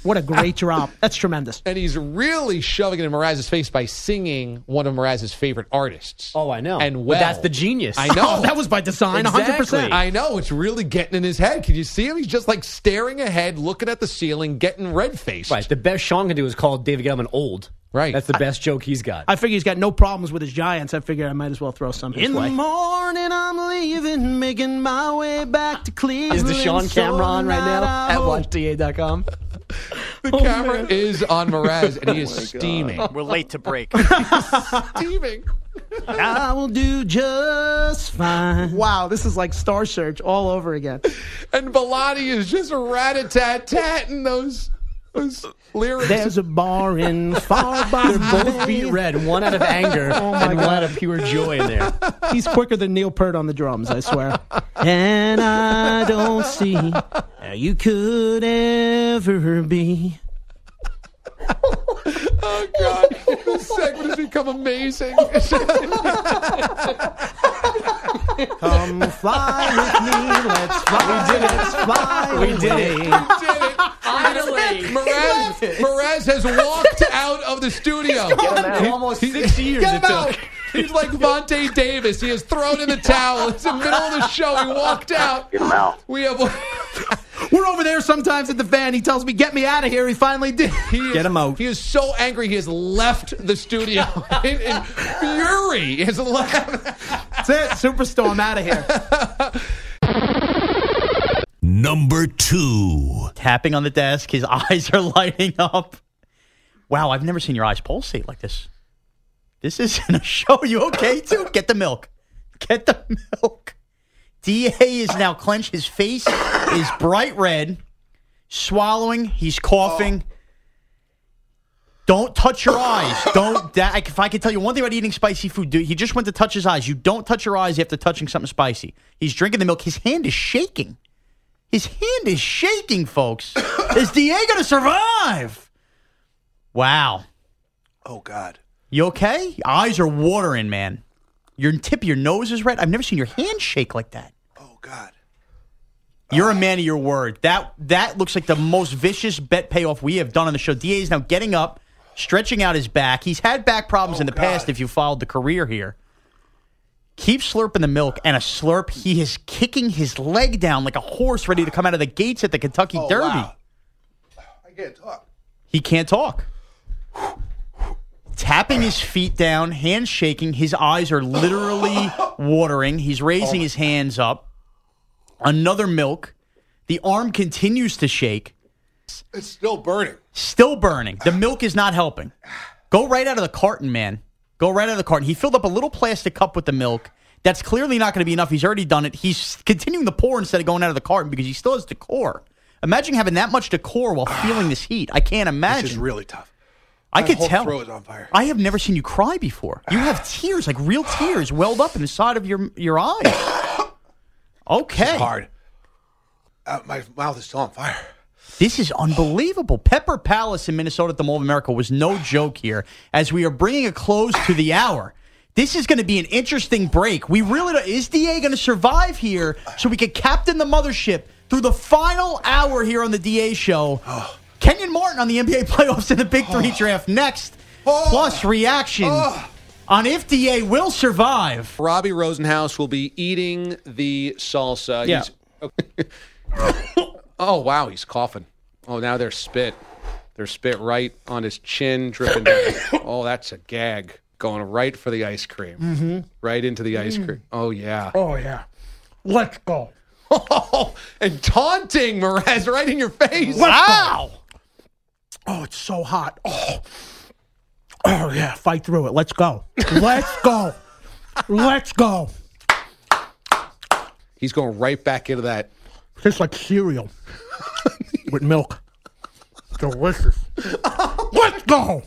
S11: What a great drop. That's tremendous.
S1: And he's really shoving it in Mraz's face by singing one of Mraz's favorite artists.
S16: Oh, I know.
S1: And
S16: But
S1: well,
S16: that's the genius.
S1: I know
S11: Oh, (laughs) that was by design, 100%.
S1: I know it's really getting in his head. Can you see him? He's just like staring ahead, looking at the ceiling, getting red faced.
S16: Right. The best Sean can do is call David Gettleman old.
S1: Right.
S16: That's the best joke he's got.
S11: I figure he's got no problems with his Giants. I figure I might as well throw some his
S16: In the
S11: way.
S16: morning, I'm leaving, making my way back to Cleveland. Is Deshaun Cameron on right now at
S11: (laughs)
S16: watchda.com?
S1: The
S16: Oh,
S1: camera is on Mraz, and he is steaming.
S17: We're late to
S1: (laughs)
S17: break.
S1: Steaming.
S11: I will do just fine. Wow, this is like Star Search all over again.
S1: And Bilotti is just rat a tat tatting those those lyrics.
S11: There's a bar in far
S16: (laughs)
S11: by
S16: They're both beat red, one out of anger
S11: (laughs) Oh my
S16: and one
S11: God.
S16: out of pure joy in there.
S11: (laughs) He's quicker than Neil Peart on the drums, I swear. and I don't see how you could ever be.
S1: Oh God! (laughs) This segment has become amazing. (laughs)
S11: Come fly with me,
S16: (laughs)
S11: let's fly, we did it. let's fly.
S16: We did it.
S1: Finally, Mraz, Mraz has walked out of the studio.
S16: Almost six years
S1: Get
S16: it
S1: him out.
S16: took.
S1: He's like Vontae Davis. He has thrown in the towel. It's the middle of the show. He walked out.
S18: Get him out.
S1: We have.
S11: We're over there sometimes at the van. He tells me, "Get me out of here." He finally did.
S1: He is,
S11: Get him out.
S1: He is so angry. He has left the studio (laughs) in, in fury. He has left.
S11: That's it. Superstorm out of here.
S5: Number two.
S3: Tapping on the desk, his (laughs) eyes are lighting up. Wow, I've never seen your eyes pulsate like this. This isn't a (laughs) show. You okay, too? Get the milk. Get the milk. DA is now clenched. His face is bright red. Swallowing. He's coughing. Don't touch your eyes. Don't. That, if I could tell you one thing about eating spicy food, dude, he just went to touch his eyes. You don't touch your eyes after touching something spicy. He's drinking the milk. His hand is shaking. His hand is shaking, folks. is DA going to survive? Wow.
S19: Oh God.
S3: You okay? Your eyes are watering, man. Your tip of your nose is red. I've never seen your hand shake like that.
S19: Oh God.
S3: You're a man of your word. That that looks like the most vicious bet payoff we have done on the show. Da is now getting up, stretching out his back. He's had back problems
S19: Oh,
S3: in the past. If you followed the career here, keep slurping the milk and a slurp. He is kicking his leg down like a horse ready to come out of the gates at the Kentucky Derby.
S19: Oh, I can't talk.
S3: He can't talk. Tapping his feet down, hands shaking, his eyes
S19: (laughs)
S3: are literally watering. He's
S19: Oh,
S3: raising his hands up. Another milk. The arm continues to shake.
S19: It's still burning.
S3: Still burning. The milk is not helping. Go right out of the carton, man. Go right out of the carton. He filled up a little plastic cup with the milk. That's clearly not going to be enough. He's already done it. He's continuing to pour instead of going out of the carton because he still has decor. Imagine having that much decor while feeling this heat. I can't imagine.
S19: This is really tough.
S3: I
S19: My
S3: could
S19: whole
S3: tell.
S19: throat is on fire.
S3: I have never seen you cry before.
S19: (sighs)
S3: You have tears, like real tears, welled up in the side of your your eyes.
S19: (coughs)
S3: Okay. This is
S19: hard. Uh, my mouth is still on fire.
S3: unbelievable. Pepper Palace in Minnesota at the Mall of America was no joke here. As we are bringing a close to the hour, this is going to be an interesting break. We really don't, is Da going to survive here so we can captain the mothership through the final hour here on the
S13: (sighs)
S3: Da show. Kenyon Martin on the NBA playoffs and the Big Three draft next.
S13: Oh.
S3: Plus reaction on if DA will survive.
S1: Robbie Rosenhaus will be eating the salsa.
S3: Yeah.
S1: He's- oh wow, he's coughing. Oh, now there's spit. There's spit right on his chin,
S19: (coughs)
S1: dripping down. oh, that's a gag going right for the ice cream,
S11: Mm-hmm.
S20: Mhm.
S1: right into the ice
S11: Mm.
S1: cream. Oh yeah. (laughs) Oh,
S20: Oh yeah, let's go.
S1: and taunting Mraz right in your face.
S11: Wow. Oh, it's so hot. Oh, oh yeah. Fight through it. Let's go. Let's go. Let's go.
S1: He's going right back into that.
S11: Tastes like cereal with milk.
S13: delicious. Let's go.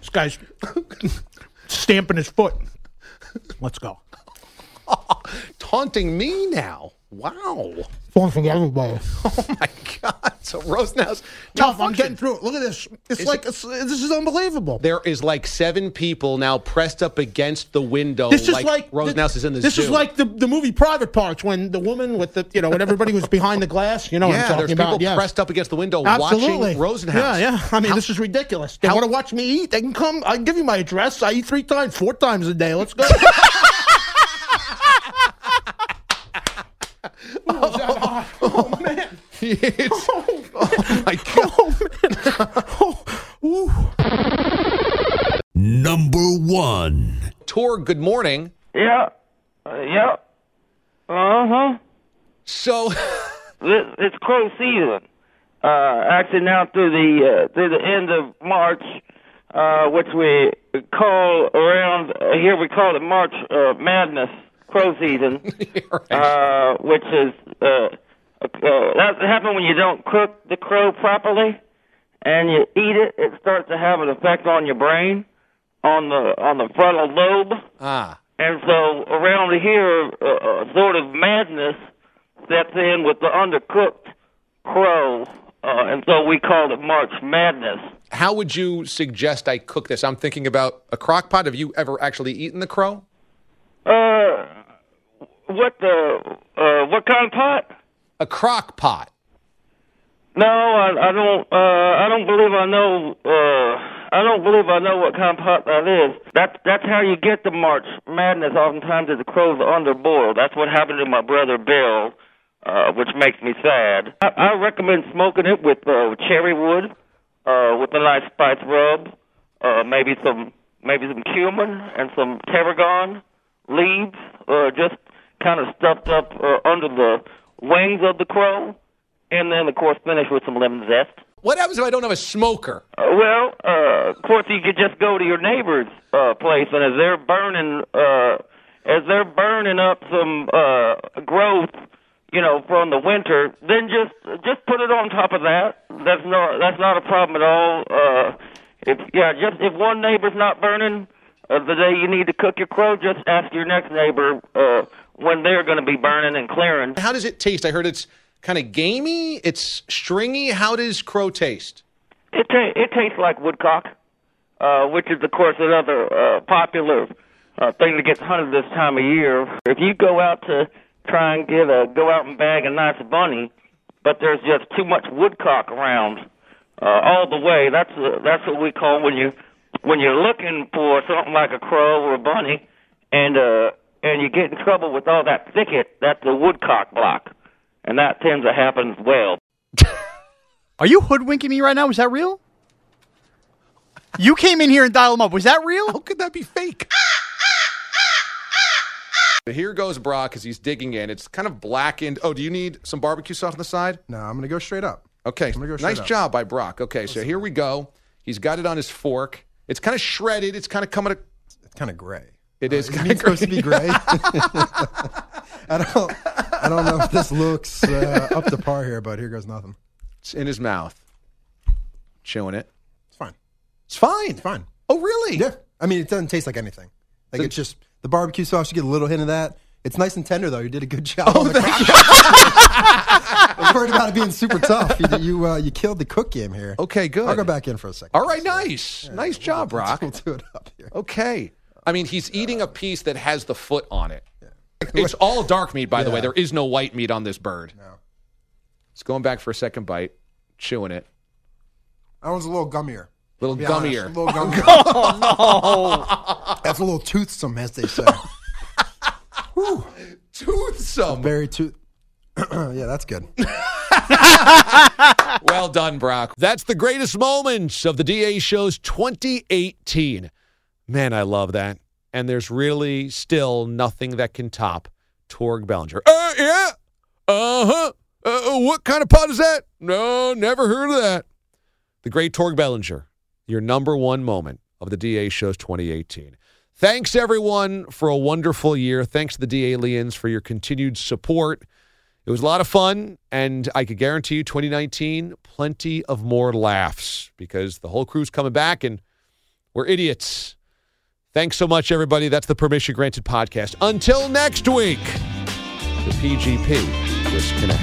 S13: This guy's stamping his foot. Let's go.
S1: Taunting me now. Wow. (laughs) Oh
S13: Taunting everybody.
S1: So Rosenhaus,
S13: Tough. I'm getting through it. Look at this. It's like it's, this is unbelievable.
S1: there is like seven people now pressed up against the window.
S13: This is
S1: like,
S13: like
S1: Rosenhaus is in the
S13: this
S1: zoo.
S13: is like the, the movie Private Parts when the woman with the you know when everybody was behind the glass. You know what
S1: yeah,
S13: I'm talking
S1: there's
S13: about?
S1: people
S13: yeah.
S1: pressed up against the window
S13: Absolutely.
S1: watching Rosenhaus.
S13: Yeah, yeah. I mean,
S1: How-
S13: this is ridiculous. They want to watch me eat. They can come. I give you my address. I eat three times, four times a day. Let's go.
S1: (laughs) It's- (laughs) oh
S13: (laughs)
S1: my god.
S13: Oh,
S2: Number one.
S1: Tor, good morning.
S11: Yeah. Uh, yeah. Uh huh.
S1: So (laughs)
S11: it, it's close season. Uh, actually, now through the uh, through the end of March, uh, which we call around uh, here we call it March uh, Madness crow season, uh, which is uh, uh, that happens when you don't cook the crow properly and you eat it. It starts to have an effect on your brain, on the on the frontal lobe.
S1: Ah.
S11: And so around here, uh, uh, sort of madness steps in with the undercooked crow, uh, and so we called it March Madness.
S1: How would you suggest I cook this? I'm thinking about a crock pot. Have you ever actually eaten the crow?
S11: Uh, what the? Uh, what kind of pot?
S1: A crock pot.
S11: No, I, I don't. Uh, I don't believe I know. Uh, I don't believe I know what kind of pot that is. That that's how you get the March Madness. Oftentimes, is the crows are underboiled. That's what happened to my brother Bill, uh, which makes me sad. I, I recommend smoking it with uh, cherry wood, uh, with a nice spice rub, uh, maybe some maybe some cumin and some tarragon leaves, uh, just kind of stuffed up uh, under the wings of the crow. And then, of course, finish with some lemon zest.
S1: What happens if I don't have a smoker?
S11: Uh, well, uh, of course, you could just go to your neighbor's uh, place, and as they're burning, uh, as they're burning up some uh, growth, you know, from the winter, then just just put it on top of that. That's not that's not a problem at all. Uh, if yeah, just if one neighbor's not burning uh, the day you need to cook your crow, just ask your next neighbor uh, when they're going to be burning and clearing.
S1: How does it taste? I heard it's kind of gamey, it's stringy. How does crow taste?
S11: It ta- it tastes like woodcock, uh, which is of course another uh, popular uh, thing that gets hunted this time of year. If you go out to try and get a go out and bag a nice bunny, but there's just too much woodcock around uh, all the way. That's uh, that's what we call when you when you're looking for something like a crow or a bunny, and uh, and you get in trouble with all that thicket. That's the woodcock block, and that tends to happen as well.
S3: (laughs) Are you hoodwinking me right now? Was that real? You came in here and dialed him up. Was that real? How
S1: could that be fake? Here goes Brock because he's digging in. It's kind of blackened. Oh, do you need some barbecue sauce on the side?
S16: No, I'm going to go straight up.
S1: Okay.
S16: gonna go straight
S1: nice
S16: up.
S1: job by Brock. Okay, so here we go. He's got it on his fork. It's kind of shredded. It's kind of coming. It's
S16: kind of gray.
S1: Uh, It is
S16: Isn't
S1: kind
S16: it
S1: of
S16: supposed to
S9: (laughs)
S16: be gray? (laughs) I don't. I don't know if this looks uh, up to par here, but here goes nothing.
S1: It's in his mouth. Chewing it.
S16: It's fine.
S1: It's fine. It's
S16: fine.
S1: Oh, really?
S16: Yeah. I mean, it doesn't taste like anything. Like it's just the barbecue sauce. You get a little hint of that. It's nice and tender, though. You did a good job. Oh, on the (laughs)
S1: (laughs)
S16: crock. I'm worried about it being super tough. You you, uh, you killed the cook game here.
S1: Okay, good.
S16: I'll go back in for a second.
S1: All right, nice. nice job, Brock.
S16: We'll do it up.
S1: Okay. I mean, he's eating a piece that has the foot on it. It's all dark meat, by the way.
S16: Yeah.
S1: There is no white meat on this bird. No. It's going back for a second bite, chewing it.
S16: That one's a little gummier.
S1: Little
S16: Be
S1: gummier. Oh.
S16: honest, a
S1: (laughs)
S16: little gummier. no. That's a little toothsome, as they say.
S1: Toothsome.
S16: Very tooth. (clears throat) yeah, that's good.
S1: well done, Brock. That's the greatest moments of the DA Show's 2018. Man, I love that. And there's really still nothing that can top Torg Bellinger. Uh, yeah. Uh-huh. Uh, what kind of pot is that? No, never heard of that. The great Torg Bellinger, your number one moment of the DA Show's 2018. Thanks, everyone, for a wonderful year. Thanks to the DA Lians for your continued support. It was a lot of fun, and I could guarantee you 2019, plenty of more laughs because the whole crew's coming back and we're idiots. Thanks so much, everybody. That's the Permission Granted podcast. Until next week, the PGP disconnects.